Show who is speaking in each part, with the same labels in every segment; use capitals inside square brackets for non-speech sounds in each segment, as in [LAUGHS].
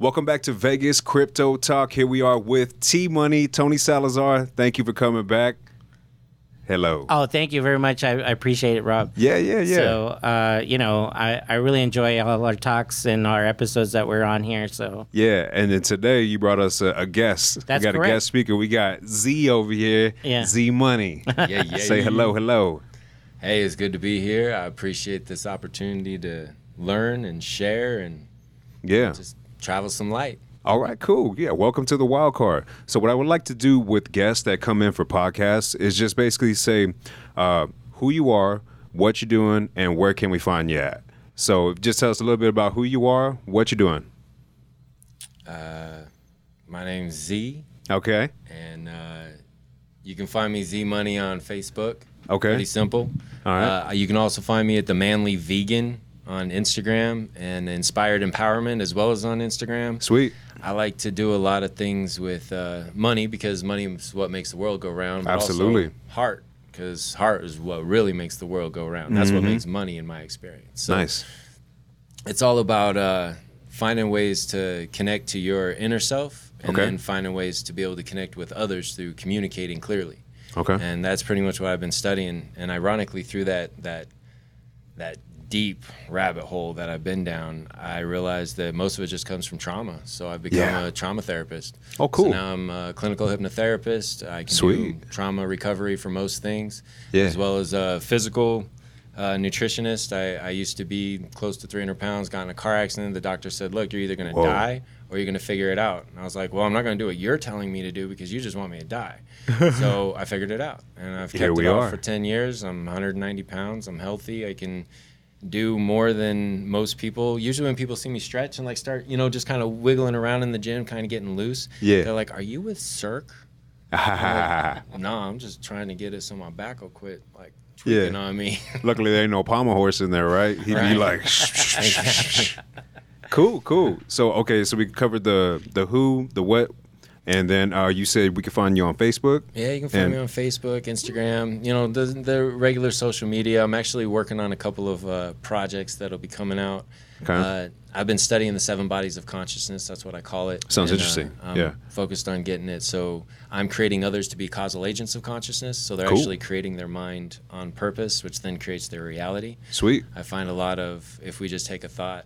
Speaker 1: Welcome back to Vegas Crypto Talk. Here we are with T Money, Tony Salazar. Thank you for coming back. Hello.
Speaker 2: Oh, thank you very much. I, I appreciate it, Rob.
Speaker 1: yeah, yeah, yeah.
Speaker 2: So, uh, you know, I, I really enjoy all our talks and our episodes that we're on here. So,
Speaker 1: yeah, and then today you brought us a, a guest.
Speaker 2: That's
Speaker 1: we got
Speaker 2: correct.
Speaker 1: a guest speaker. We got Z over here.
Speaker 2: [LAUGHS] Yeah.
Speaker 1: Z Money.
Speaker 3: yeah, yeah.
Speaker 1: Say
Speaker 3: yeah.
Speaker 1: hello, hello.
Speaker 3: Hey, it's good to be here. I appreciate this opportunity to learn and share and
Speaker 1: Yeah.
Speaker 3: just travel some light.
Speaker 1: All right, cool. Yeah, welcome to the wild card. So, what I would like to do with guests that come in for podcasts is just basically say uh, who you are, what you're doing, and where can we find you at. So, just tell us a little bit about who you are, what you're doing.
Speaker 3: My name's Z,
Speaker 1: Okay.
Speaker 3: and uh, you can find me Z Money on Facebook.
Speaker 1: Okay.
Speaker 3: Pretty simple.
Speaker 1: All right.
Speaker 3: Uh, you can also find me at the Manly Vegan on Instagram and Inspired Empowerment as well as on Instagram.
Speaker 1: Sweet.
Speaker 3: I like to do a lot of things with uh, money because money is what makes the world go round. But
Speaker 1: Absolutely.
Speaker 3: Also heart, because heart is what really makes the world go round. That's what makes money in my experience. So
Speaker 1: Mm-hmm. Nice.
Speaker 3: It's all about uh, finding ways to connect to your inner self and
Speaker 1: Okay.
Speaker 3: then finding ways to be able to connect with others through communicating clearly.
Speaker 1: Okay.
Speaker 3: And that's pretty much what I've been studying. And ironically, through that, that, that, deep rabbit hole that I've been down, I realized that most of it just comes from trauma. So I've become
Speaker 1: Yeah.
Speaker 3: a trauma therapist.
Speaker 1: Oh, cool.
Speaker 3: So now I'm a clinical hypnotherapist. I can do
Speaker 1: Sweet.
Speaker 3: trauma recovery for most things,
Speaker 1: Yeah.
Speaker 3: as well as a physical uh, nutritionist. I, I used to be close to 300 pounds, got in a car accident. The doctor said, Look, you're either going to
Speaker 1: Whoa.
Speaker 3: die or you're going to figure it out. And I was like, Well, I'm not going to do what you're telling me to do because you just want me
Speaker 1: [LAUGHS]
Speaker 3: to die. so I figured it out. And I've
Speaker 1: Here
Speaker 3: kept
Speaker 1: we
Speaker 3: it off
Speaker 1: are.
Speaker 3: for 10 years. I'm 190 pounds. I'm healthy. I can do more than most people. Usually, when people see me stretch and like start, you know, just kind of wiggling around in the gym, kind of getting loose,
Speaker 1: Yeah.
Speaker 3: they're like, "Are you with Cirque?" No, I'm just trying to get it so my back will quit like
Speaker 1: Yeah.
Speaker 3: tweaking
Speaker 1: [LAUGHS]
Speaker 3: on me.
Speaker 1: [LAUGHS]
Speaker 3: [LAUGHS]
Speaker 1: Luckily, there ain't no Palmer horse in there, right? He'd be
Speaker 3: Right.
Speaker 1: like, cool, cool. So, okay, so we covered the the who, the what, and then uh, you said we could find you on Facebook.
Speaker 3: yeah, you can find
Speaker 1: And-
Speaker 3: me on Facebook, Instagram, you know, the the regular social media. I'm actually working on a couple of uh, projects that'll be coming out.
Speaker 1: Okay.
Speaker 3: Uh, I've been studying the seven bodies of consciousness. That's what I call it.
Speaker 1: Sounds
Speaker 3: uh,
Speaker 1: interesting.
Speaker 3: I'm
Speaker 1: Yeah.
Speaker 3: Focused on getting it. So I'm creating others to be causal agents of consciousness. So they're
Speaker 1: Cool.
Speaker 3: actually creating their mind on purpose, which then creates their reality.
Speaker 1: Sweet.
Speaker 3: I find a lot of if we just take a thought,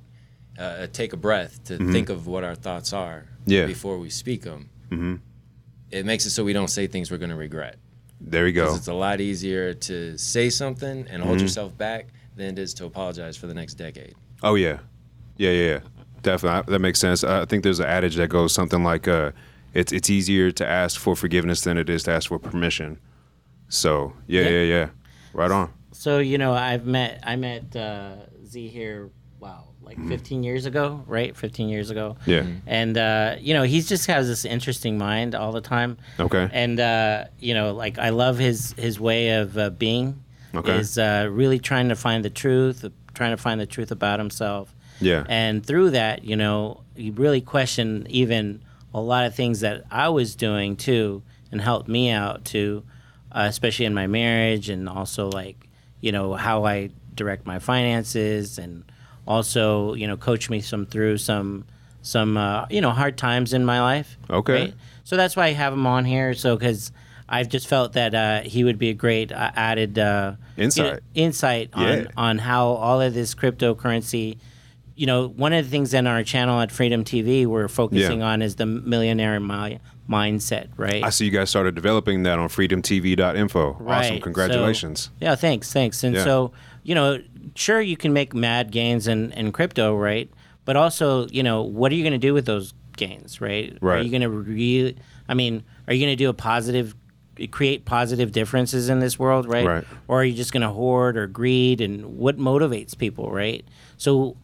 Speaker 3: uh, take a breath to think of what our thoughts are
Speaker 1: Yeah.
Speaker 3: before we speak them, it makes it so we don't say things we're going to regret.
Speaker 1: There you
Speaker 3: 'Cause
Speaker 1: go.
Speaker 3: It's a lot easier to say something and hold yourself back than it is to apologize for the next decade.
Speaker 1: Oh yeah, yeah, yeah, yeah. definitely. I- That makes sense. I I think there's an adage that goes something like, uh, "It's it's easier to ask for forgiveness than it is to ask for permission." So yeah, yeah,
Speaker 3: Yeah.
Speaker 1: yeah. Right on.
Speaker 2: so you know, I've met I met uh, Z here. Wow, like 15 years ago, right? 15 years ago.
Speaker 1: Mm-hmm. Yeah.
Speaker 2: And uh, you know, he's just has this interesting mind all the time.
Speaker 1: Okay.
Speaker 2: And uh, you know, like I love his his way of uh, being.
Speaker 1: Okay.
Speaker 2: Is uh, really trying to find the truth, trying to find the truth about himself.
Speaker 1: Yeah.
Speaker 2: And through that, you know, you really question even a lot of things that I was doing too, and helped me out too, uh, especially in my marriage and also like, you know, how I direct my finances and also, you know, coach me some through some some uh, you know hard times in my life.
Speaker 1: Okay.
Speaker 2: So that's why I have him on here. So because I've just felt that uh, he would be a great uh, added uh, you know,
Speaker 1: Insight.
Speaker 2: insight on
Speaker 1: Yeah.
Speaker 2: on how all of this cryptocurrency. You know, one of the things in our channel at Freedom TV we're focusing
Speaker 1: Yeah.
Speaker 2: on is the millionaire mi- mindset, right?
Speaker 1: I see you guys started developing that on freedomtv.info. Awesome.
Speaker 2: So-
Speaker 1: Congratulations.
Speaker 2: yeah, thanks, thanks. And
Speaker 1: Yeah.
Speaker 2: so, you know, sure you can make mad gains in, in crypto, right? But also, you know, what are you going to do with those gains, right? Are
Speaker 1: Right.
Speaker 2: you going to re? I mean, are you going to do a positive, create positive differences in this world, right?
Speaker 1: Right.
Speaker 2: Or are you just going to hoard or greed? And what motivates people, right? So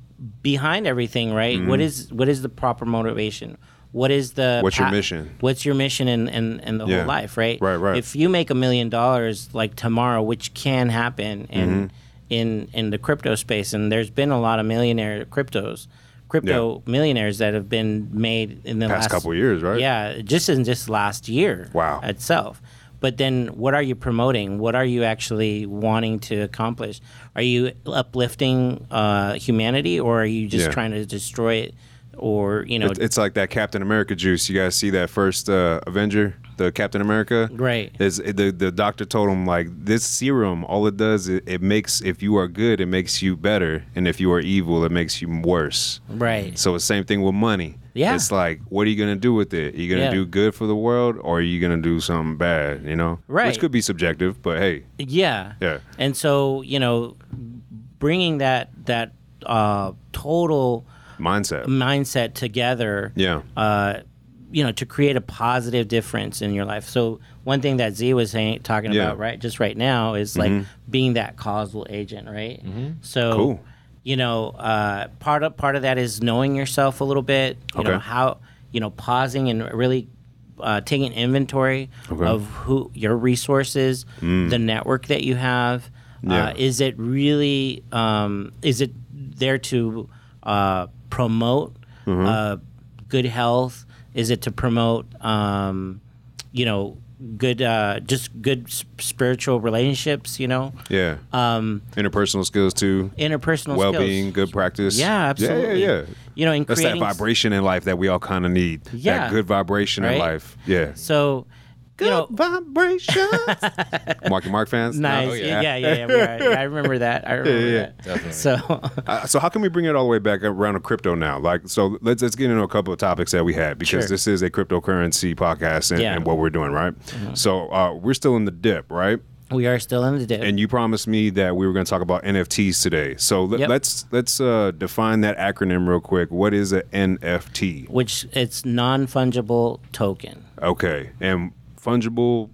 Speaker 2: behind everything, right?
Speaker 1: Mm-hmm.
Speaker 2: what is what is the proper motivation? What is the
Speaker 1: What's your mission?
Speaker 2: What's your mission in in, in the
Speaker 1: Yeah.
Speaker 2: whole life, right?
Speaker 1: Right, right.
Speaker 2: If if you make a million dollars like tomorrow, which can happen in
Speaker 1: Mm-hmm.
Speaker 2: in in the crypto space, and there's been a lot of millionaire cryptos, crypto millionaires that have been made in the
Speaker 1: Past
Speaker 2: last
Speaker 1: couple years, right?
Speaker 2: Yeah, just in just last year.
Speaker 1: Wow.
Speaker 2: Itself. But then, what are you promoting? What are you actually wanting to accomplish? Are you uplifting uh, humanity, or are you just
Speaker 1: Yeah.
Speaker 2: trying to destroy it or you know,
Speaker 1: It- it's like that Captain America juice. You guys see that first uh, Avenger, the Captain America,
Speaker 2: Right.
Speaker 1: Is the the doctor told him like this serum? All it does it, it makes if you are good, it makes you better, and if you are evil, it makes you worse.
Speaker 2: right?
Speaker 1: So the same thing with money.
Speaker 2: Yeah.
Speaker 1: it's like what are you gonna do with it? Are you gonna
Speaker 2: Yeah.
Speaker 1: do good for the world, or are you gonna do something bad? You know,
Speaker 2: Right.
Speaker 1: Which could be subjective, but hey,
Speaker 2: Yeah.
Speaker 1: Yeah.
Speaker 2: And so you know, bringing that that uh, total
Speaker 1: mindset.
Speaker 2: Mm. mindset together.
Speaker 1: Yeah,
Speaker 2: uh, you know, to create a positive difference in your life. So one thing that Z was saying, talking
Speaker 1: Yeah. Mm-hmm.
Speaker 2: about right just right now is like being that causal agent, right? So,
Speaker 1: Cool.
Speaker 2: you know, uh, part of part of that is knowing yourself a little bit. You know
Speaker 1: Okay.
Speaker 2: how you know pausing and really. Uh, taking inventory
Speaker 1: Okay. Mm.
Speaker 2: of who your resources, the network that you have,
Speaker 1: Yeah.
Speaker 2: uh, is it really um, is it there to uh, promote
Speaker 1: Mm-hmm.
Speaker 2: uh, good health is it to promote um, you know good uh, just good s- spiritual relationships you know
Speaker 1: yeah. Um, interpersonal skills too,
Speaker 2: interpersonal
Speaker 1: well
Speaker 2: skills
Speaker 1: being, good practice.
Speaker 2: yeah absolutely
Speaker 1: Yeah, yeah, yeah.
Speaker 2: you know and
Speaker 1: That's that
Speaker 2: creating s-
Speaker 1: vibration in life that we all kind of need.
Speaker 2: Yeah.
Speaker 1: That good vibration in
Speaker 2: Right?
Speaker 1: life. Yeah.
Speaker 2: so you know
Speaker 1: vibrations.
Speaker 2: [LAUGHS]
Speaker 1: Marky Mark fans. No?
Speaker 2: nice
Speaker 3: Oh,
Speaker 2: yeah yeah
Speaker 3: yeah.
Speaker 2: yeah, yeah, we are. Yeah, I remember that I remember
Speaker 1: [LAUGHS] yeah.
Speaker 2: that
Speaker 3: Definitely.
Speaker 2: so [LAUGHS]
Speaker 1: Uh, so how can we bring it all the way back around to crypto now? Like, so let's let's get into a couple of topics that we had because
Speaker 2: Sure.
Speaker 1: this is a cryptocurrency podcast and,
Speaker 2: Yeah. Mm-hmm.
Speaker 1: and what we're doing, right? So uh, we're still in the dip, right?
Speaker 2: we are still in the dip
Speaker 1: And you promised me that we were going to talk about NFTs today. So le-
Speaker 2: Yep.
Speaker 1: let's let's uh, define that acronym real quick. What is an NFT?
Speaker 2: which it's non-fungible token
Speaker 1: Okay, and fungible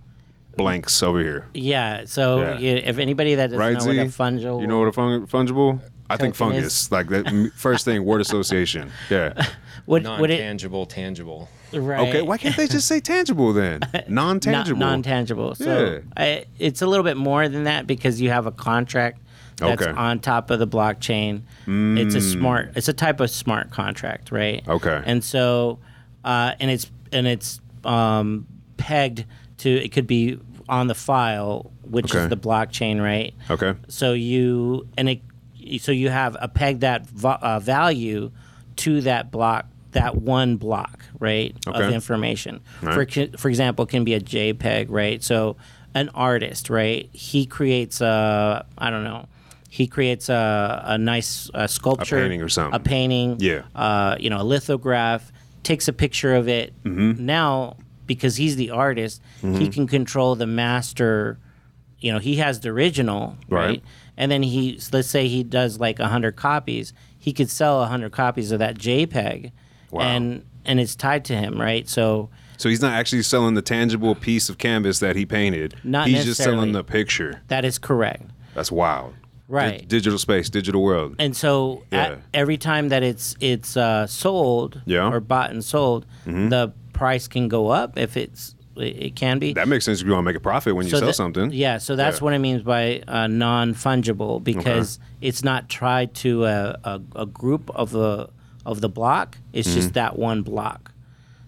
Speaker 1: blanks over here.
Speaker 2: Yeah. So
Speaker 1: Yeah.
Speaker 2: You, if anybody that doesn't
Speaker 1: right?
Speaker 2: know what a
Speaker 1: Z?
Speaker 2: fungal,
Speaker 1: You know what a fung- fungible? I think
Speaker 2: Token is-
Speaker 1: fungus. Like that m- first thing, word
Speaker 2: [LAUGHS]
Speaker 1: association. Yeah.
Speaker 2: would, would it
Speaker 3: Non-tangible, tangible.
Speaker 2: right?
Speaker 1: Okay. Why can't they just say tangible
Speaker 2: [LAUGHS]
Speaker 1: then? Non tangible.
Speaker 2: Non tangible. So I, it's a little bit more than that because you have a contract that's
Speaker 1: Okay. Mm.
Speaker 2: on top of the blockchain. It's a smart. It's a type of smart contract, right?
Speaker 1: Okay.
Speaker 2: And so, uh, and it's and it's um, pegged to it could be on the file, which
Speaker 1: Okay.
Speaker 2: is the blockchain, right?
Speaker 1: okay.
Speaker 2: So you and it, so you have a peg that va- uh, value to that block, that one block, right, of
Speaker 1: Okay.
Speaker 2: information.
Speaker 1: Right.
Speaker 2: For for example, can be a JPEG, right? So an artist, right? He creates a, I don't know, he creates a, a nice uh sculpture,
Speaker 1: painting or something.
Speaker 2: a painting,
Speaker 1: Yeah.
Speaker 2: uh, you know, a lithograph, takes a picture of it.
Speaker 1: Mm-hmm.
Speaker 2: Now, because he's the artist, he can control the master. You know, he has the original, right?
Speaker 1: Right.
Speaker 2: And then he, let's say he does like a hundred copies, he could sell a hundred copies of that JPEG,
Speaker 1: Wow.
Speaker 2: and and it's tied to him, right? So
Speaker 1: So he's not actually selling the tangible piece of canvas that he painted.
Speaker 2: Not
Speaker 1: He's just
Speaker 2: necessarily.
Speaker 1: selling the picture.
Speaker 2: that is correct,
Speaker 1: That's wild.
Speaker 2: right?
Speaker 1: Di- digital space, digital world.
Speaker 2: and so at-
Speaker 1: Yeah.
Speaker 2: every time that it's it's uh, sold
Speaker 1: Yeah. Mm-hmm.
Speaker 2: or bought and sold, the price can go up if it's it, it can be.
Speaker 1: that makes sense if you want to make a profit when you sell
Speaker 2: that-
Speaker 1: something.
Speaker 2: Yeah, so that's
Speaker 1: Yeah.
Speaker 2: what I mean by uh, non fungible because it's not tied to a, a, a group of the of the block. It's just that one block.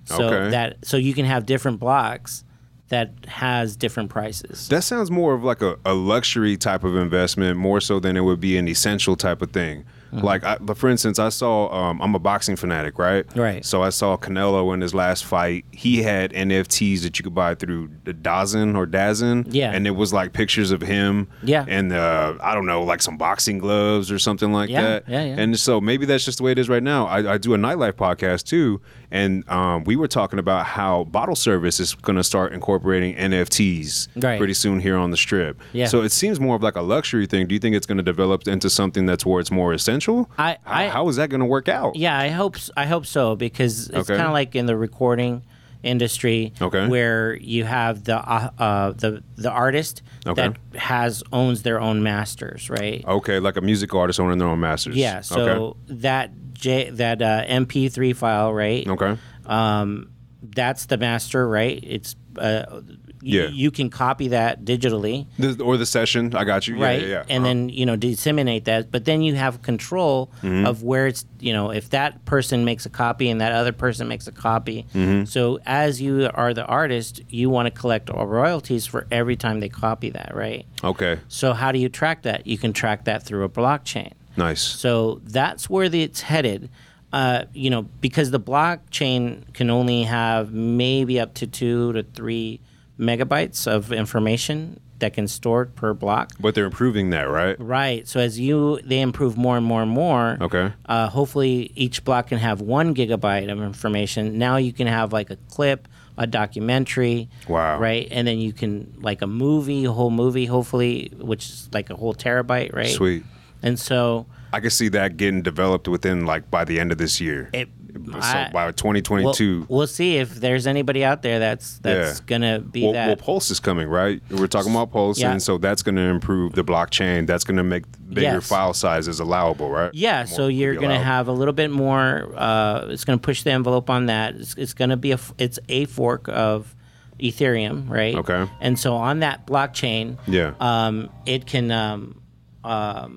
Speaker 2: So
Speaker 1: Mm-hmm. Okay.
Speaker 2: that so you can have different blocks that has different prices.
Speaker 1: That sounds more of like a, a luxury type of investment, more so than it would be an essential type of thing.
Speaker 2: Mm-hmm.
Speaker 1: Like, I, but for instance, I saw um, I'm a boxing fanatic, right?
Speaker 2: Right.
Speaker 1: So I saw Canelo in his last fight. He had NFTs that you could buy through the Dazen or Dazen.
Speaker 2: Yeah.
Speaker 1: And it was like pictures of him.
Speaker 2: Yeah.
Speaker 1: And uh, I don't know, like some boxing gloves or something like
Speaker 2: Yeah,
Speaker 1: that.
Speaker 2: yeah, yeah.
Speaker 1: And so maybe that's just the way it is right now. I, I do a nightlife podcast too, and um, we were talking about how bottle service is going to start incorporating NFTs
Speaker 2: Right.
Speaker 1: pretty soon here on the strip.
Speaker 2: Yeah.
Speaker 1: So it seems more of like a luxury thing. Do you think it's going to develop into something that's where it's more essential?
Speaker 2: I-
Speaker 1: How-
Speaker 2: I-
Speaker 1: how is that going to work out?
Speaker 2: Yeah, I hope s- I hope so because it's
Speaker 1: Okay.
Speaker 2: kind of like in the recording industry,
Speaker 1: Okay.
Speaker 2: where you have the uh, uh, the the artist
Speaker 1: Okay.
Speaker 2: that has owns their own masters, right?
Speaker 1: Okay, like a music artist owning their own masters.
Speaker 2: Yeah, so that J, that uh, MP3 file, right?
Speaker 1: okay, okay,
Speaker 2: Um, that's the master, right? It's uh,
Speaker 1: Yeah.
Speaker 2: yeah. You can copy that digitally,
Speaker 1: the, or the session. I got you. Yeah,
Speaker 2: right?
Speaker 1: Yeah, yeah.
Speaker 2: And
Speaker 1: Uh-huh.
Speaker 2: then you know disseminate that, but then you have control
Speaker 1: Mm-hmm.
Speaker 2: of where it's. You know, if that person makes a copy and that other person makes a copy,
Speaker 1: Mm-hmm.
Speaker 2: so as you are the artist, you want to collect all royalties for every time they copy that, right?
Speaker 1: okay,
Speaker 2: So how do you track that? You can track that through a blockchain.
Speaker 1: nice.
Speaker 2: So that's where the, it's headed. uh, you know, because the blockchain can only have maybe up to two to three megabytes of information that can store per block.
Speaker 1: But they're improving that, right?
Speaker 2: Right. So as you they improve more and more and more.
Speaker 1: Okay.
Speaker 2: Uh, hopefully, each block can have one gigabyte of information. Now you can have like a clip, a documentary.
Speaker 1: Wow.
Speaker 2: Right, and then you can like a movie, a whole movie, hopefully, which is like a whole terabyte, right?
Speaker 1: Sweet.
Speaker 2: And so
Speaker 1: I can see that getting developed within like by the end of this year.
Speaker 2: it.
Speaker 1: so
Speaker 2: I-
Speaker 1: by
Speaker 2: we'll,
Speaker 1: 2022.
Speaker 2: we'll see if there's anybody out there that's that's
Speaker 1: Yeah.
Speaker 2: gonna be
Speaker 1: Well,
Speaker 2: that.
Speaker 1: well, Pulse is coming, right? We're talking about Pulse,
Speaker 2: Yeah.
Speaker 1: and so that's going to improve the blockchain. That's going to make bigger
Speaker 2: Yes.
Speaker 1: file sizes allowable, right?
Speaker 2: Yeah,
Speaker 1: More
Speaker 2: so
Speaker 1: to
Speaker 2: you're
Speaker 1: be
Speaker 2: going to
Speaker 1: allowed.
Speaker 2: have a little bit more. Uh, it's going to push the envelope on that. It's, it's going to be a f- it's a fork of Ethereum, right?
Speaker 1: Okay.
Speaker 2: And so on that blockchain,
Speaker 1: Yeah.
Speaker 2: um, it can um, um,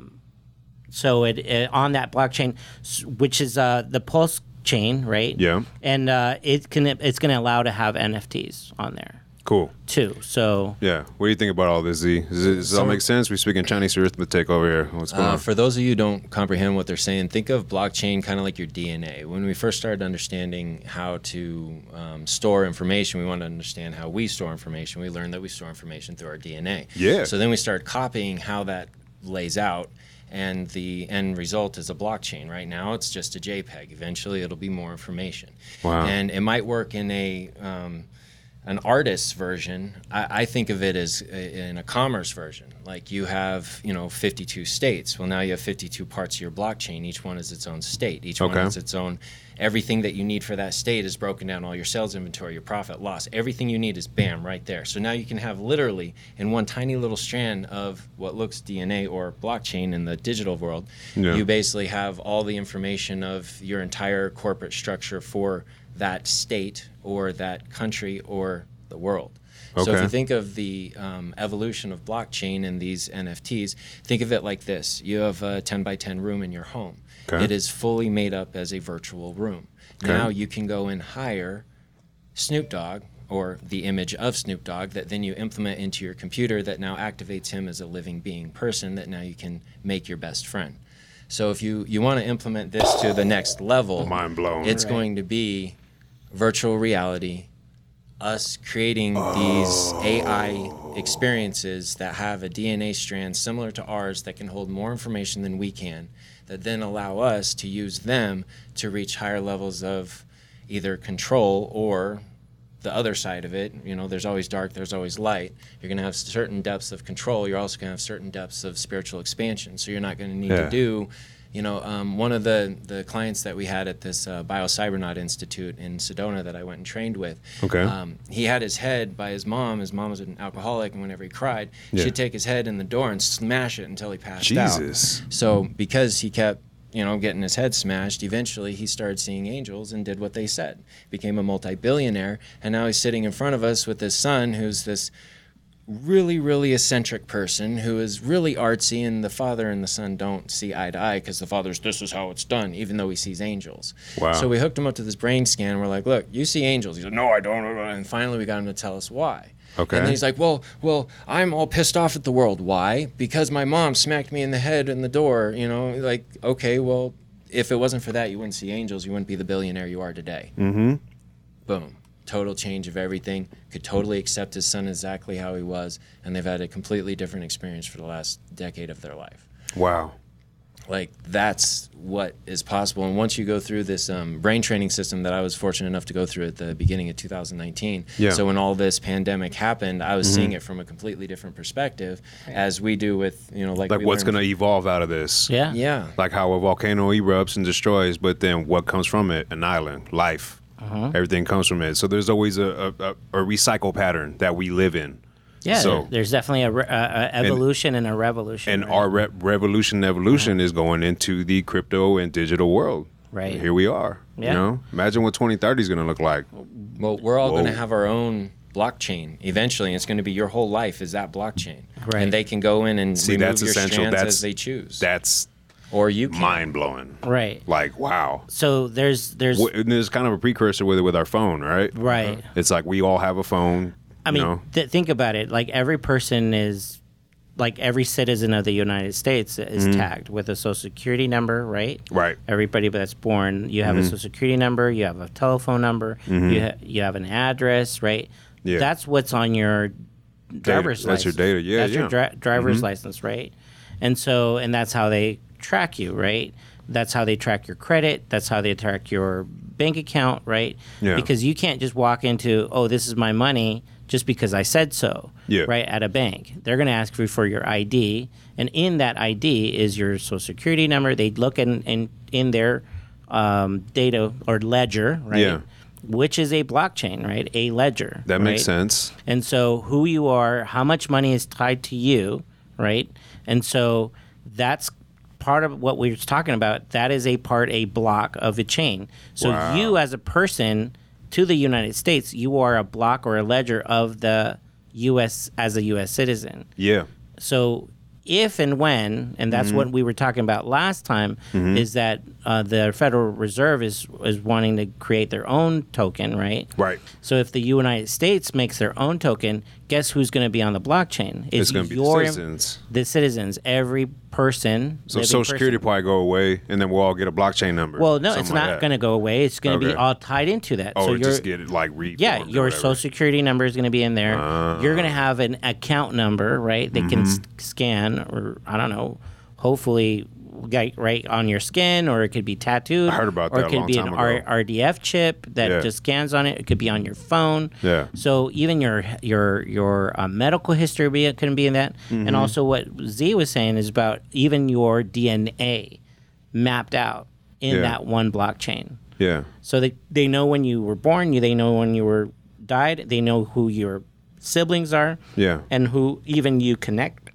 Speaker 2: so it, it on that blockchain, s- which is uh, the Pulse chain, right?
Speaker 1: Yeah.
Speaker 2: And uh, it can it's going to allow to have NFTs on there
Speaker 1: cool.
Speaker 2: too. So
Speaker 1: Yeah. What do you think about all this, Z? Does, it, does it all make sense? We're speaking Chinese arithmetic over here. What's going
Speaker 3: Uh,
Speaker 1: on?
Speaker 3: for those of you who don't comprehend what they're saying, think of blockchain kind of like your DNA. When we first started understanding how to um, store information, we wanted to understand how we store information. We learned that we store information through our DNA.
Speaker 1: Yeah.
Speaker 3: So then we started copying how that lays out, and the end result is a blockchain. Right now, it's just a JPEG. Eventually, it'll be more information.
Speaker 1: Wow.
Speaker 3: And it might work in a um, an artist's version, I, I think of it as a, in a commerce version. Like you have, you know, 52 states. Well, now you have 52 parts of your blockchain. Each one is its own state. Each
Speaker 1: Okay.
Speaker 3: one is its own. Everything that you need for that state is broken down. All your sales inventory, your profit loss, everything you need is bam right there. So now you can have literally in one tiny little strand of what looks DNA or blockchain in the digital world,
Speaker 1: Yeah.
Speaker 3: you basically have all the information of your entire corporate structure for that state or that country or the world. So if
Speaker 1: Okay.
Speaker 3: you think of the um, evolution of blockchain and these NFTs, think of it like this: you have a 10 by 10 room in your home.
Speaker 1: Okay.
Speaker 3: It is fully made up as a virtual room. Now you can go and hire Snoop Dogg or the image of Snoop Dogg that then you implement into your computer that now activates him as a living being person that now you can make your best friend. So if you you want to implement this to the next level,
Speaker 1: Mind blown.
Speaker 3: It's going to be virtual reality us creating these AI experiences that have a DNA strand similar to ours that can hold more information than we can, that then allow us to use them to reach higher levels of either control or the other side of it. You know, there's always dark, there's always light. You're going to have certain depths of control. You're also going to have certain depths of spiritual expansion. So you're not going to need
Speaker 1: Yeah.
Speaker 3: to do you know, um, one of the, the clients that we had at this uh, BioCybernaut Institute in Sedona that I went and trained with,
Speaker 1: Okay.
Speaker 3: um, he had his head by his mom. His mom was an alcoholic, and whenever he cried,
Speaker 1: Yeah.
Speaker 3: she'd take his head in the door and smash it until he passed out.
Speaker 1: Jesus.
Speaker 3: So because he kept, you know, getting his head smashed, eventually he started seeing angels and did what they said. Became a multi-billionaire, and now he's sitting in front of us with his son, who's this really, really eccentric person who is really artsy, and the father and the son don't see eye to eye because the father's this is how it's done, even though he sees angels.
Speaker 1: Wow.
Speaker 3: So we hooked him up to this brain scan. And we're like, look, you see angels. He's like, no, I don't. And finally, we got him to tell us why.
Speaker 1: Okay.
Speaker 3: And then he's like, well, well, I'm all pissed off at the world. Why? Because my mom smacked me in the head in the door. You know, like, okay, well, if it wasn't for that, you wouldn't see angels. You wouldn't be the billionaire you are today boom total change of everything could totally accept his son exactly how he was and they've had a completely different experience for the last decade of their life
Speaker 1: Wow.
Speaker 3: like that's what is possible and once you go through this um, brain training system that i was fortunate enough to go through at the beginning of 2019
Speaker 1: Yeah. Mm-hmm.
Speaker 3: so when all this pandemic happened i was seeing it from a completely different perspective as we do with you know like
Speaker 1: Like
Speaker 3: we
Speaker 1: what's
Speaker 3: learned-
Speaker 1: going to evolve out of this?
Speaker 2: yeah,
Speaker 3: yeah
Speaker 1: Like how a volcano erupts and destroys, but then what comes from it? An island, life.
Speaker 2: Uh-huh.
Speaker 1: Everything comes from it. So there's always a, a, a, a recycle pattern that we live in.
Speaker 2: yeah.
Speaker 1: So-
Speaker 2: there- there's definitely a, re- a, a evolution and, a revolution.
Speaker 1: and
Speaker 2: right?
Speaker 1: our re- revolution evolution is going into the crypto and digital world
Speaker 2: Uh-huh. Right.
Speaker 1: here we are you
Speaker 2: Yeah.
Speaker 1: know imagine what 2030 is going to look like
Speaker 3: well we're all going to
Speaker 1: Whoa.
Speaker 3: have our own blockchain eventually and it's going to be your whole life is that blockchain
Speaker 2: Right.
Speaker 3: and they can go in and
Speaker 1: See,
Speaker 3: remove
Speaker 1: that's
Speaker 3: your
Speaker 1: essential.
Speaker 3: strands
Speaker 1: That's-
Speaker 3: as they choose
Speaker 1: that's
Speaker 3: or you can.
Speaker 1: mind-blowing
Speaker 2: right.
Speaker 1: like wow
Speaker 2: So there's there's
Speaker 1: Wh- and there's kind of a precursor with it with our phone right
Speaker 2: right.
Speaker 1: it's like we all have a phone
Speaker 2: I
Speaker 1: you
Speaker 2: mean,
Speaker 1: know?
Speaker 2: th- think about it. Like every person is like every citizen of the United States is tagged with a social security number, right?
Speaker 1: Mm-hmm. Right. Mm-hmm.
Speaker 2: Everybody that's born, you have a social security number, you have a telephone number, you ha- you have an address, right?
Speaker 1: Yeah.
Speaker 2: That's what's on your driver's
Speaker 1: that's
Speaker 2: license.
Speaker 1: your data. Yeah,
Speaker 2: That's
Speaker 1: yeah. Mm-hmm.
Speaker 2: your dri- driver's license, right? And so, and that's how they track you, right? That's how they track your credit. That's how they track your bank account, right?
Speaker 1: Yeah.
Speaker 2: Because you can't just walk into, oh, this is my money, just because I said so,
Speaker 1: Yeah.
Speaker 2: right? At a bank, they're going to ask you for your ID, and in that ID is your social security number. They look in in, in their um, data or ledger, right?
Speaker 1: Yeah.
Speaker 2: Which is a blockchain, right? A ledger.
Speaker 1: That makes
Speaker 2: right?
Speaker 1: sense.
Speaker 2: And so who you are, how much money is tied to you, right? And so that's part of what we are talking about. That is a part, a block of a chain. So
Speaker 1: Wow.
Speaker 2: you as a person to the United States, you are a block or a ledger of the US as a US citizen.
Speaker 1: Yeah.
Speaker 2: So if and when, and that's what we were talking about last time, is that uh, the Federal Reserve is is wanting to create their own token, right?
Speaker 1: Right.
Speaker 2: So if the United States makes their own token, guess who's going to be on the blockchain?
Speaker 1: It's going to be the
Speaker 2: your-
Speaker 1: citizens.
Speaker 2: The citizens, every person.
Speaker 1: So
Speaker 2: living
Speaker 1: Social
Speaker 2: person.
Speaker 1: Security probably go away, and then we'll all get a blockchain number.
Speaker 2: Well, no,
Speaker 1: something
Speaker 2: it's
Speaker 1: like
Speaker 2: not
Speaker 1: that.
Speaker 2: going to go away. It's going to be
Speaker 1: Okay.
Speaker 2: all tied into that.
Speaker 1: Oh,
Speaker 2: so
Speaker 1: or
Speaker 2: you're,
Speaker 1: just get it like reformed.
Speaker 2: yeah,
Speaker 1: or
Speaker 2: your
Speaker 1: whatever. Ah.
Speaker 2: social security number is going to be in there. You're going to have an account number, right? They can
Speaker 1: Mm-hmm.
Speaker 2: s- scan, or I don't know, hopefully, like, right on your skin, or it could be tattooed.
Speaker 1: I heard about
Speaker 2: or
Speaker 1: that a
Speaker 2: it could
Speaker 1: long
Speaker 2: be
Speaker 1: time
Speaker 2: an
Speaker 1: ago.
Speaker 2: RDF chip that
Speaker 1: Yeah.
Speaker 2: just scans on it. It could be on your phone.
Speaker 1: Yeah.
Speaker 2: So even your your your uh, medical history be, can be in that,
Speaker 1: Mm-hmm.
Speaker 2: and also what Z was saying is about even your DNA mapped out in
Speaker 1: Yeah.
Speaker 2: that one blockchain.
Speaker 1: Yeah.
Speaker 2: So they, they know when you were born, you they know when you were died, they know who your siblings are,
Speaker 1: Yeah.
Speaker 2: and who even you connect with.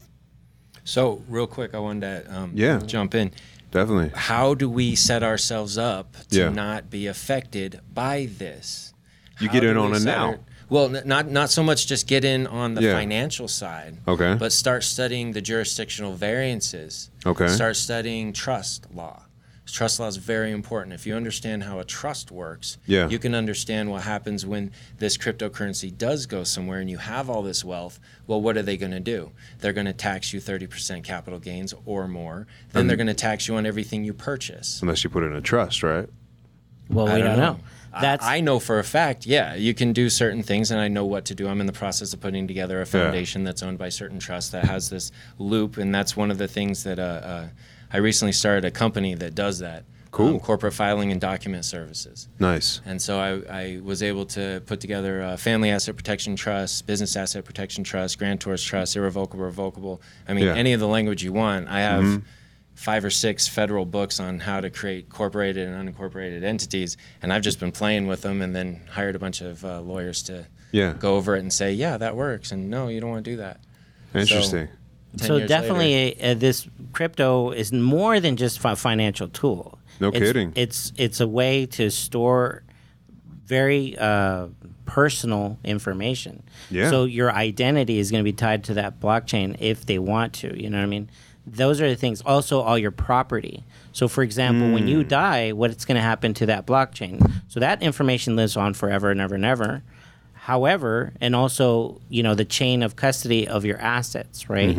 Speaker 3: So, real quick, I wanted to um,
Speaker 1: Yeah.
Speaker 3: jump in.
Speaker 1: Definitely.
Speaker 3: How do we set ourselves up to
Speaker 1: Yeah.
Speaker 3: not be affected by this?
Speaker 1: You
Speaker 3: How
Speaker 1: get in
Speaker 3: do
Speaker 1: on
Speaker 3: we
Speaker 1: it
Speaker 3: set
Speaker 1: now.
Speaker 3: our- well, n- not not so much just get in on the
Speaker 1: Yeah.
Speaker 3: financial side.
Speaker 1: Okay.
Speaker 3: But start studying the jurisdictional variances.
Speaker 1: Okay.
Speaker 3: Start studying trust law. Trust law is very important. If you understand how a trust works,
Speaker 1: Yeah.
Speaker 3: you can understand what happens when this cryptocurrency does go somewhere and you have all this wealth. Well, what are they going to do? They're going to tax you 30% capital gains or more. Then they're going to tax you on everything you purchase.
Speaker 1: Unless you put it in a trust, right?
Speaker 2: Well, we don't know.
Speaker 3: I-
Speaker 2: That's
Speaker 3: I, know for a fact. Yeah, you can do certain things, and I know what to do. I'm in the process of putting together a foundation that's owned by certain trust that has this loop, and that's one of the things that uh, uh, I recently started a company that does that. um,
Speaker 1: Cool.
Speaker 3: corporate filing and document services.
Speaker 1: Nice.
Speaker 3: And so I, I was able to put together a family asset protection trust, business asset protection trust, grantors trust, irrevocable, revocable. I mean,
Speaker 1: Yeah. Mm-hmm.
Speaker 3: any of the language you want. I have five or six federal books on how to create corporated and unincorporated entities. And I've just been playing with them and then hired a bunch of uh, lawyers to
Speaker 1: Yeah.
Speaker 3: go over it and say, yeah, that works. And no, you don't want to do that.
Speaker 1: Interesting.
Speaker 3: 10
Speaker 2: so
Speaker 3: years later-
Speaker 2: definitely uh, this crypto is more than just a financial tool.
Speaker 1: No
Speaker 2: It's-
Speaker 1: kidding.
Speaker 2: It's it's a way to store very uh, personal information.
Speaker 1: Yeah.
Speaker 2: So your identity is going to be tied to that blockchain if they want to. You know what I mean? Those are the things. Also, all your property. So, for example, when you die, what's going to happen to that blockchain? So that information lives on forever and ever and ever. However, and also, you know, the chain of custody of your assets, right?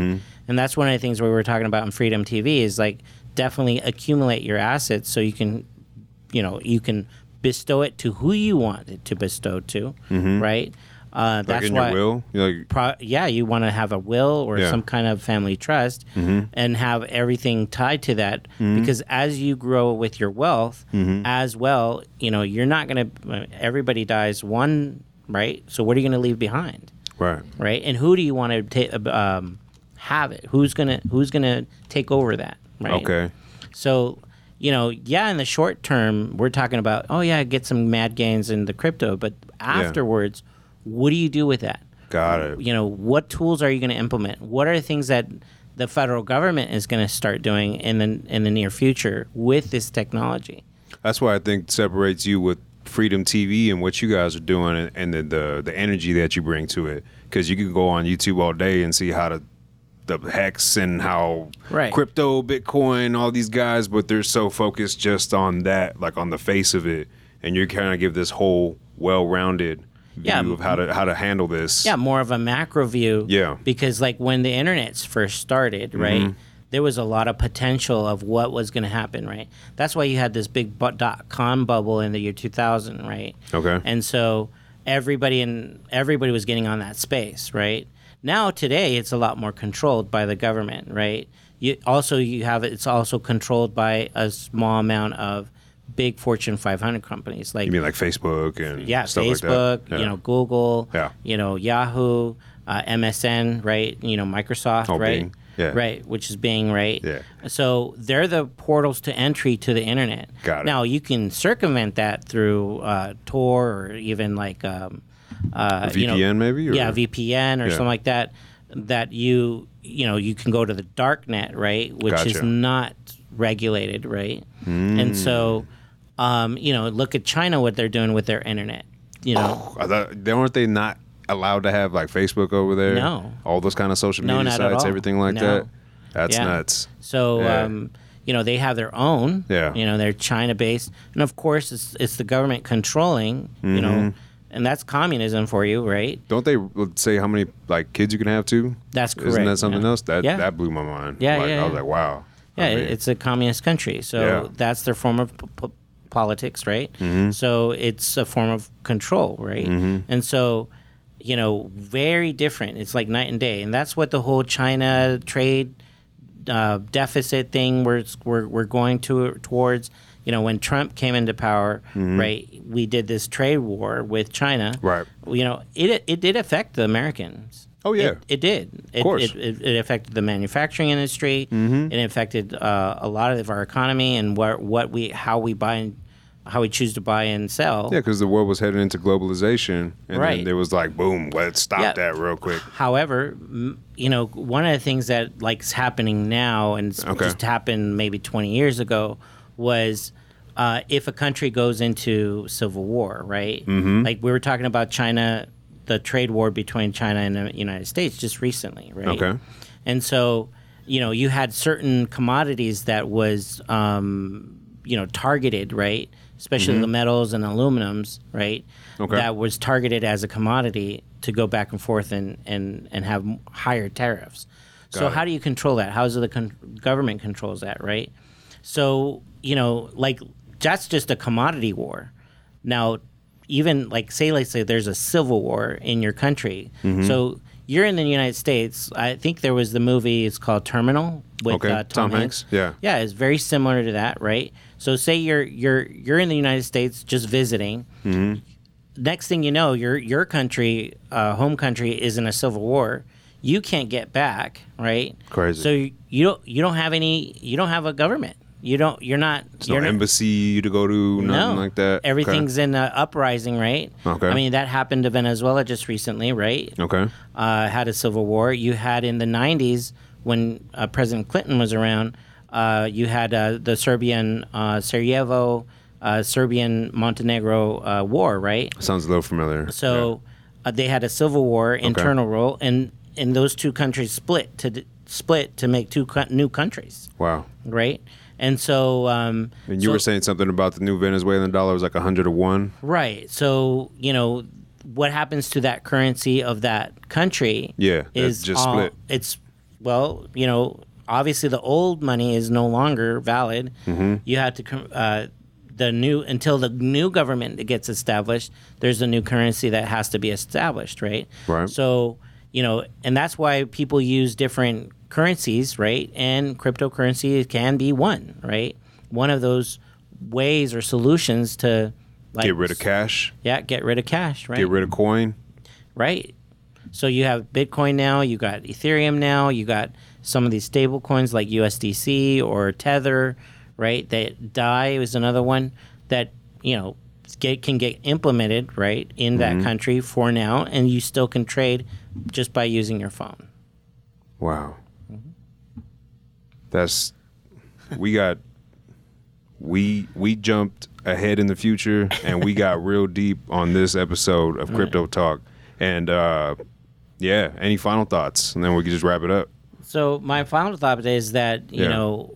Speaker 2: And that's one of the things we were talking about on Freedom TV is like definitely accumulate your assets so you can you know you can bestow it to who you want it to bestow to right uh,
Speaker 1: Mm-hmm. like
Speaker 2: that's
Speaker 1: in
Speaker 2: why
Speaker 1: your will, you're like,
Speaker 2: Pro, yeah you want to have a will or
Speaker 1: Yeah. Mm-hmm.
Speaker 2: some kind of family trust and have everything tied to that because as you grow with your wealth
Speaker 1: Mm-hmm.
Speaker 2: as well you know you're not going to everybody dies one right so what are you going to leave behind
Speaker 1: right.
Speaker 2: right and who do you want to ta- um, have it who's going to who's going to take over that right
Speaker 1: Okay.
Speaker 2: so, you know, yeah, in the short term, we're talking about, oh, yeah, get some mad gains in the crypto. But afterwards, what do you do with that?
Speaker 1: Got it.
Speaker 2: You know, what tools are you going to implement? What are the things that the federal government is going to start doing in the, in the near future with this technology?
Speaker 1: That's why I think separates you with Freedom TV and what you guys are doing and, and the, the the energy that you bring to it. Because you can go on YouTube all day and see how to the hex and how
Speaker 2: Right.
Speaker 1: crypto, Bitcoin, all these guys, but they're so focused just on that, like on the face of it, and you kind of give this whole well-rounded view
Speaker 2: Yeah.
Speaker 1: of how to how to handle this.
Speaker 2: Yeah, more of a macro view.
Speaker 1: Yeah. Mm-hmm.
Speaker 2: Because like when the internet's first started, right, there was a lot of potential of what was going to happen, right? That's why you had this big bu- dot com bubble in the year 2000, right?
Speaker 1: Okay.
Speaker 2: And so everybody in everybody was getting on that space, right? Now today it's a lot more controlled by the government, right? You also you have it's also controlled by a small amount of big Fortune 500 companies like
Speaker 1: You mean like Facebook and
Speaker 2: yeah,
Speaker 1: stuff
Speaker 2: Facebook,
Speaker 1: like that.
Speaker 2: you know, Google,
Speaker 1: Yeah.
Speaker 2: you know, Yahoo, uh, MSN, right? You know, Microsoft,
Speaker 1: Oh,
Speaker 2: right?
Speaker 1: Bing. Yeah.
Speaker 2: Right, which is Bing, right?
Speaker 1: Yeah.
Speaker 2: So they're the portals to entry to the internet.
Speaker 1: Got it.
Speaker 2: Now you can circumvent that through uh, Tor or even like um, uh, you know-
Speaker 1: VPN maybe, or-
Speaker 2: yeah, VPN or
Speaker 1: Yeah.
Speaker 2: something like that. That you you know you can go to the dark net, right? Which is
Speaker 1: Gotcha.
Speaker 2: not regulated, right? And so,
Speaker 1: Hmm.
Speaker 2: um, you know, look at China what they're doing with their internet. You know,
Speaker 1: I thought, they- aren't they not allowed to have like Facebook over there?
Speaker 2: No.
Speaker 1: All those kind of social
Speaker 2: No,
Speaker 1: media
Speaker 2: not at
Speaker 1: sites,
Speaker 2: all.
Speaker 1: everything like
Speaker 2: No.
Speaker 1: that. That's
Speaker 2: Yeah.
Speaker 1: nuts.
Speaker 2: so
Speaker 1: Yeah.
Speaker 2: um, you know they have their own.
Speaker 1: Yeah.
Speaker 2: You know they're China based, and of course it's it's the government controlling. You know,
Speaker 1: Mm-hmm.
Speaker 2: and that's communism for you, right?
Speaker 1: Don't they say how many like kids you can have too?
Speaker 2: That's
Speaker 1: Isn't
Speaker 2: correct,
Speaker 1: that something
Speaker 2: yeah.
Speaker 1: else? That
Speaker 2: Yeah.
Speaker 1: that blew my mind.
Speaker 2: Yeah,
Speaker 1: like,
Speaker 2: yeah,
Speaker 1: I was
Speaker 2: yeah.
Speaker 1: like, wow.
Speaker 2: Yeah,
Speaker 1: I mean,
Speaker 2: it's a communist country, so
Speaker 1: Oh, Yeah. Mm-hmm.
Speaker 2: that's their form of p- p- politics, right? So it's a form of control, right? And so, you know, very different. It's like night and day, and that's what the whole China trade uh, deficit thing we're, we're we're going to towards. You know, when Trump came into power, right? We did this trade war with China,
Speaker 1: Mm-hmm. Right.
Speaker 2: You know, it it did affect the Americans.
Speaker 1: Oh, yeah.
Speaker 2: it, it did. It,
Speaker 1: course. Mm-hmm.
Speaker 2: It, it, it affected the manufacturing industry. It affected uh, a lot of our economy and what what we how we buy and how we choose to buy and sell.
Speaker 1: yeah, because the world was headed into globalization, and then
Speaker 2: Right.
Speaker 1: there was like, boom, let's stop
Speaker 2: Yeah.
Speaker 1: that real quick.
Speaker 2: However, m- you know, one of the things that like's happening now and it's
Speaker 1: Okay.
Speaker 2: just happened maybe 20 years ago was uh, if a country goes into civil war, right?
Speaker 1: Mm-hmm.
Speaker 2: Like we were talking about China, the trade war between China and the United States just recently, right?
Speaker 1: Okay.
Speaker 2: And so, you know, you had certain commodities that was, um, you know, targeted, right? Especially the metals and aluminums, right?
Speaker 1: Mm-hmm. Okay.
Speaker 2: That was targeted as a commodity to go back and forth and, and, and have m- higher tariffs. so
Speaker 1: Got it.
Speaker 2: how do you control that? How's the con- government controls that, right? So, you know, like that's just a commodity war. Now, even like say like say there's a civil war in your country.
Speaker 1: Mm-hmm.
Speaker 2: So you're in the United States. I think there was the movie it's called Terminal with
Speaker 1: Okay,
Speaker 2: uh, Tom,
Speaker 1: Tom Hanks, yeah.
Speaker 2: yeah, it's very similar to that, right? So say you're you're you're in the United States just visiting. Next thing you know, your your country, uh, home country, is in a civil war. You can't get back, right?
Speaker 1: Crazy.
Speaker 2: So you, you don't you don't have any you don't have a government. You don't you're not
Speaker 1: No
Speaker 2: you're not,
Speaker 1: embassy to go to, nothing
Speaker 2: no.
Speaker 1: like that. Okay.
Speaker 2: Everything's in an uprising, right?
Speaker 1: Okay.
Speaker 2: I mean, that happened to Venezuela just recently, right?
Speaker 1: okay.
Speaker 2: Uh, had a civil war. You had in the 90s, when uh, President Clinton was around, uh, you had uh, the Serbian uh, Sarajevo, uh, Serbian Montenegro uh, war, right?
Speaker 1: Sounds a little familiar.
Speaker 2: So uh, they had a civil war, internal role, and, and those two countries split to d- split to make two co- new countries,
Speaker 1: Yeah. wow.
Speaker 2: right? And so, um,
Speaker 1: And you
Speaker 2: so-
Speaker 1: were saying something about the new Venezuelan dollar was like hundred to one.
Speaker 2: Right. So, you know, what happens to that currency of that country
Speaker 1: Yeah, it
Speaker 2: is
Speaker 1: just
Speaker 2: all-
Speaker 1: split.
Speaker 2: It's well, you know, obviously the old money is no longer valid.
Speaker 1: Mm-hmm.
Speaker 2: You have to com- uh, the new until the new government gets established. There's a new currency that has to be established, right?
Speaker 1: Right.
Speaker 2: So you know, and that's why people use different currencies, right? And cryptocurrency can be one, right? One of those ways or solutions to like
Speaker 1: Get rid of cash.
Speaker 2: yeah, get rid of cash, right?
Speaker 1: Get rid of coin.
Speaker 2: right. So you have Bitcoin now, you got Ethereum now, you got some of these stable coins like USDC or Tether, right? That DAI is another one that, you know, get, can get implemented, right, in
Speaker 1: Mm-hmm.
Speaker 2: that country for now, and you still can trade just by using your phone.
Speaker 1: Wow.
Speaker 2: Mm-hmm.
Speaker 1: That's we got we we jumped ahead in the future and we got real deep on this episode
Speaker 2: Mm.
Speaker 1: of Crypto Talk. And uh yeah, any final thoughts? And then we can just wrap it up.
Speaker 2: So my final thought is that you
Speaker 1: Yeah.
Speaker 2: know,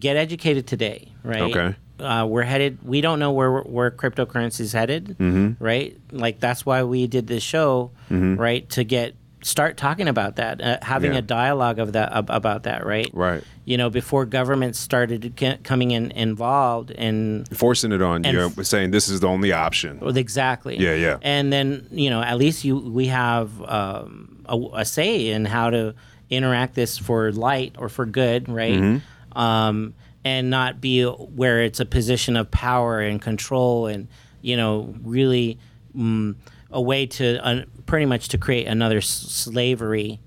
Speaker 2: get educated today, right?
Speaker 1: Okay.
Speaker 2: uh, we're headed. We don't know where where cryptocurrency is headed,
Speaker 1: Mm-hmm.
Speaker 2: right? Like that's why we did this show, right? To get start talking about that, uh, having
Speaker 1: Yeah.
Speaker 2: a dialogue of that ab- about that, right?
Speaker 1: Right.
Speaker 2: You know, before governments started c- coming in involved and
Speaker 1: Forcing it on you,
Speaker 2: f-
Speaker 1: saying this is the only option.
Speaker 2: well, Exactly.
Speaker 1: Yeah, yeah.
Speaker 2: And then you know, at least you we have um, a, a say in how to interact this for light or for good, right?
Speaker 1: Mm-hmm.
Speaker 2: Um, and not be where it's a position of power and control, and you know, really mm, a way to uh, pretty much to create another s- slavery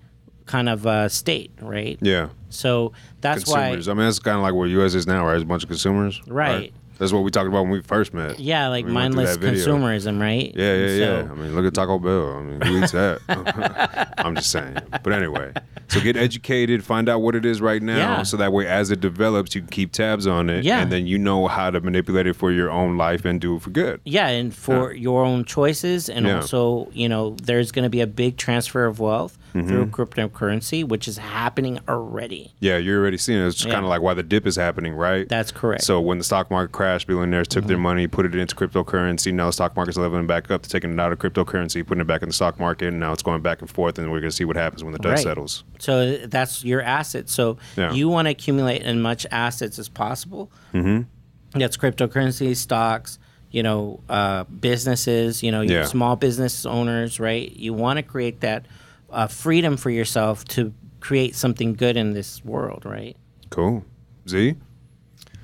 Speaker 2: kind of uh, state, right?
Speaker 1: Yeah.
Speaker 2: So that's
Speaker 1: consumers.
Speaker 2: why,
Speaker 1: I mean, that's kind of like where U.S. is now, right? It's a bunch of consumers.
Speaker 2: Right.
Speaker 1: That's what we talked about when we first met.
Speaker 2: yeah, like
Speaker 1: We went through
Speaker 2: mindless
Speaker 1: that video.
Speaker 2: consumerism, right?
Speaker 1: Yeah, yeah,
Speaker 2: And
Speaker 1: yeah.
Speaker 2: so-
Speaker 1: I mean, look at Taco Bell. I mean, who eats that? [LAUGHS] I'm just saying. But anyway, so get educated, find out what it is right now,
Speaker 2: Yeah.
Speaker 1: so that way as it develops, you can keep tabs on it,
Speaker 2: Yeah.
Speaker 1: and then you know how to manipulate it for your own life and do it for good.
Speaker 2: Yeah, and for your own choices, and
Speaker 1: Yeah.
Speaker 2: also, you know, there's going to be a big transfer of wealth
Speaker 1: Mm-hmm.
Speaker 2: through cryptocurrency, which is happening already.
Speaker 1: Yeah, you're already seeing it. It's
Speaker 2: Yeah.
Speaker 1: kind of like why the dip is happening, right?
Speaker 2: That's Mm-hmm. correct.
Speaker 1: So when the stock market crashed, billionaires took their money, put it into cryptocurrency. Now the stock market's leveling back up, they're taking it out of cryptocurrency, putting it back in the stock market, and now it's going back and forth. And we're going to see what happens when the dust
Speaker 2: Right.
Speaker 1: settles.
Speaker 2: So that's your assets. So
Speaker 1: Yeah.
Speaker 2: you want to accumulate as much assets as possible. Mm-hmm. That's cryptocurrency, stocks, you know, uh, businesses, you know, your
Speaker 1: Yeah.
Speaker 2: small business owners, right? You want to create that uh, freedom for yourself to create something good in this world, right?
Speaker 1: Cool. Z,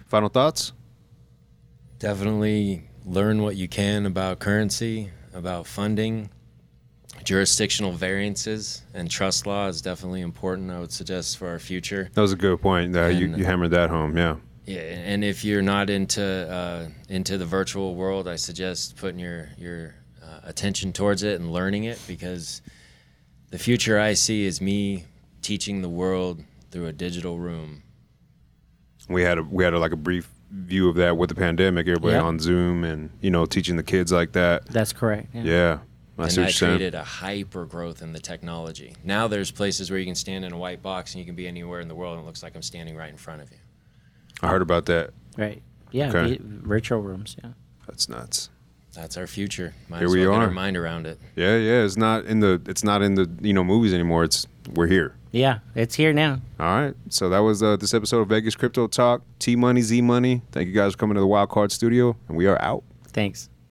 Speaker 1: final thoughts?
Speaker 3: Definitely learn what you can about currency, about funding. Jurisdictional variances and trust law is definitely important, I would suggest, for our future.
Speaker 1: That was a good point. Uh, you,
Speaker 3: And-
Speaker 1: you hammered that home. Yeah.
Speaker 3: Yeah, and if you're not into uh, into the virtual world, I suggest putting your your uh, attention towards it and learning it because the future I see is me teaching the world through a digital room.
Speaker 1: We had a, we had a, like a brief view of that with the pandemic, everybody
Speaker 2: Yeah.
Speaker 1: on Zoom and, you know, teaching the kids like that.
Speaker 2: That's correct. Yeah.
Speaker 1: Yeah. I
Speaker 3: and
Speaker 1: see what you're
Speaker 3: that
Speaker 1: saying.
Speaker 3: created a hyper growth in the technology. Now there's places where you can stand in a white box and you can be anywhere in the world and it looks like I'm standing right in front of you.
Speaker 1: I heard about that.
Speaker 2: Right. Yeah.
Speaker 1: Okay.
Speaker 2: vi- Virtual rooms. Yeah.
Speaker 1: That's nuts.
Speaker 3: That's our future. Might
Speaker 1: Here
Speaker 3: as well
Speaker 1: we
Speaker 3: get
Speaker 1: are.
Speaker 3: our mind around it.
Speaker 1: Yeah, yeah. It's not in the it's not in the you know movies anymore. It's we're here.
Speaker 2: Yeah, it's here now.
Speaker 1: All right. So that was uh, this episode of Vegas Crypto Talk. T Money, Z Money. Thank you guys for coming to the Wild Card Studio, and we are out.
Speaker 2: Thanks.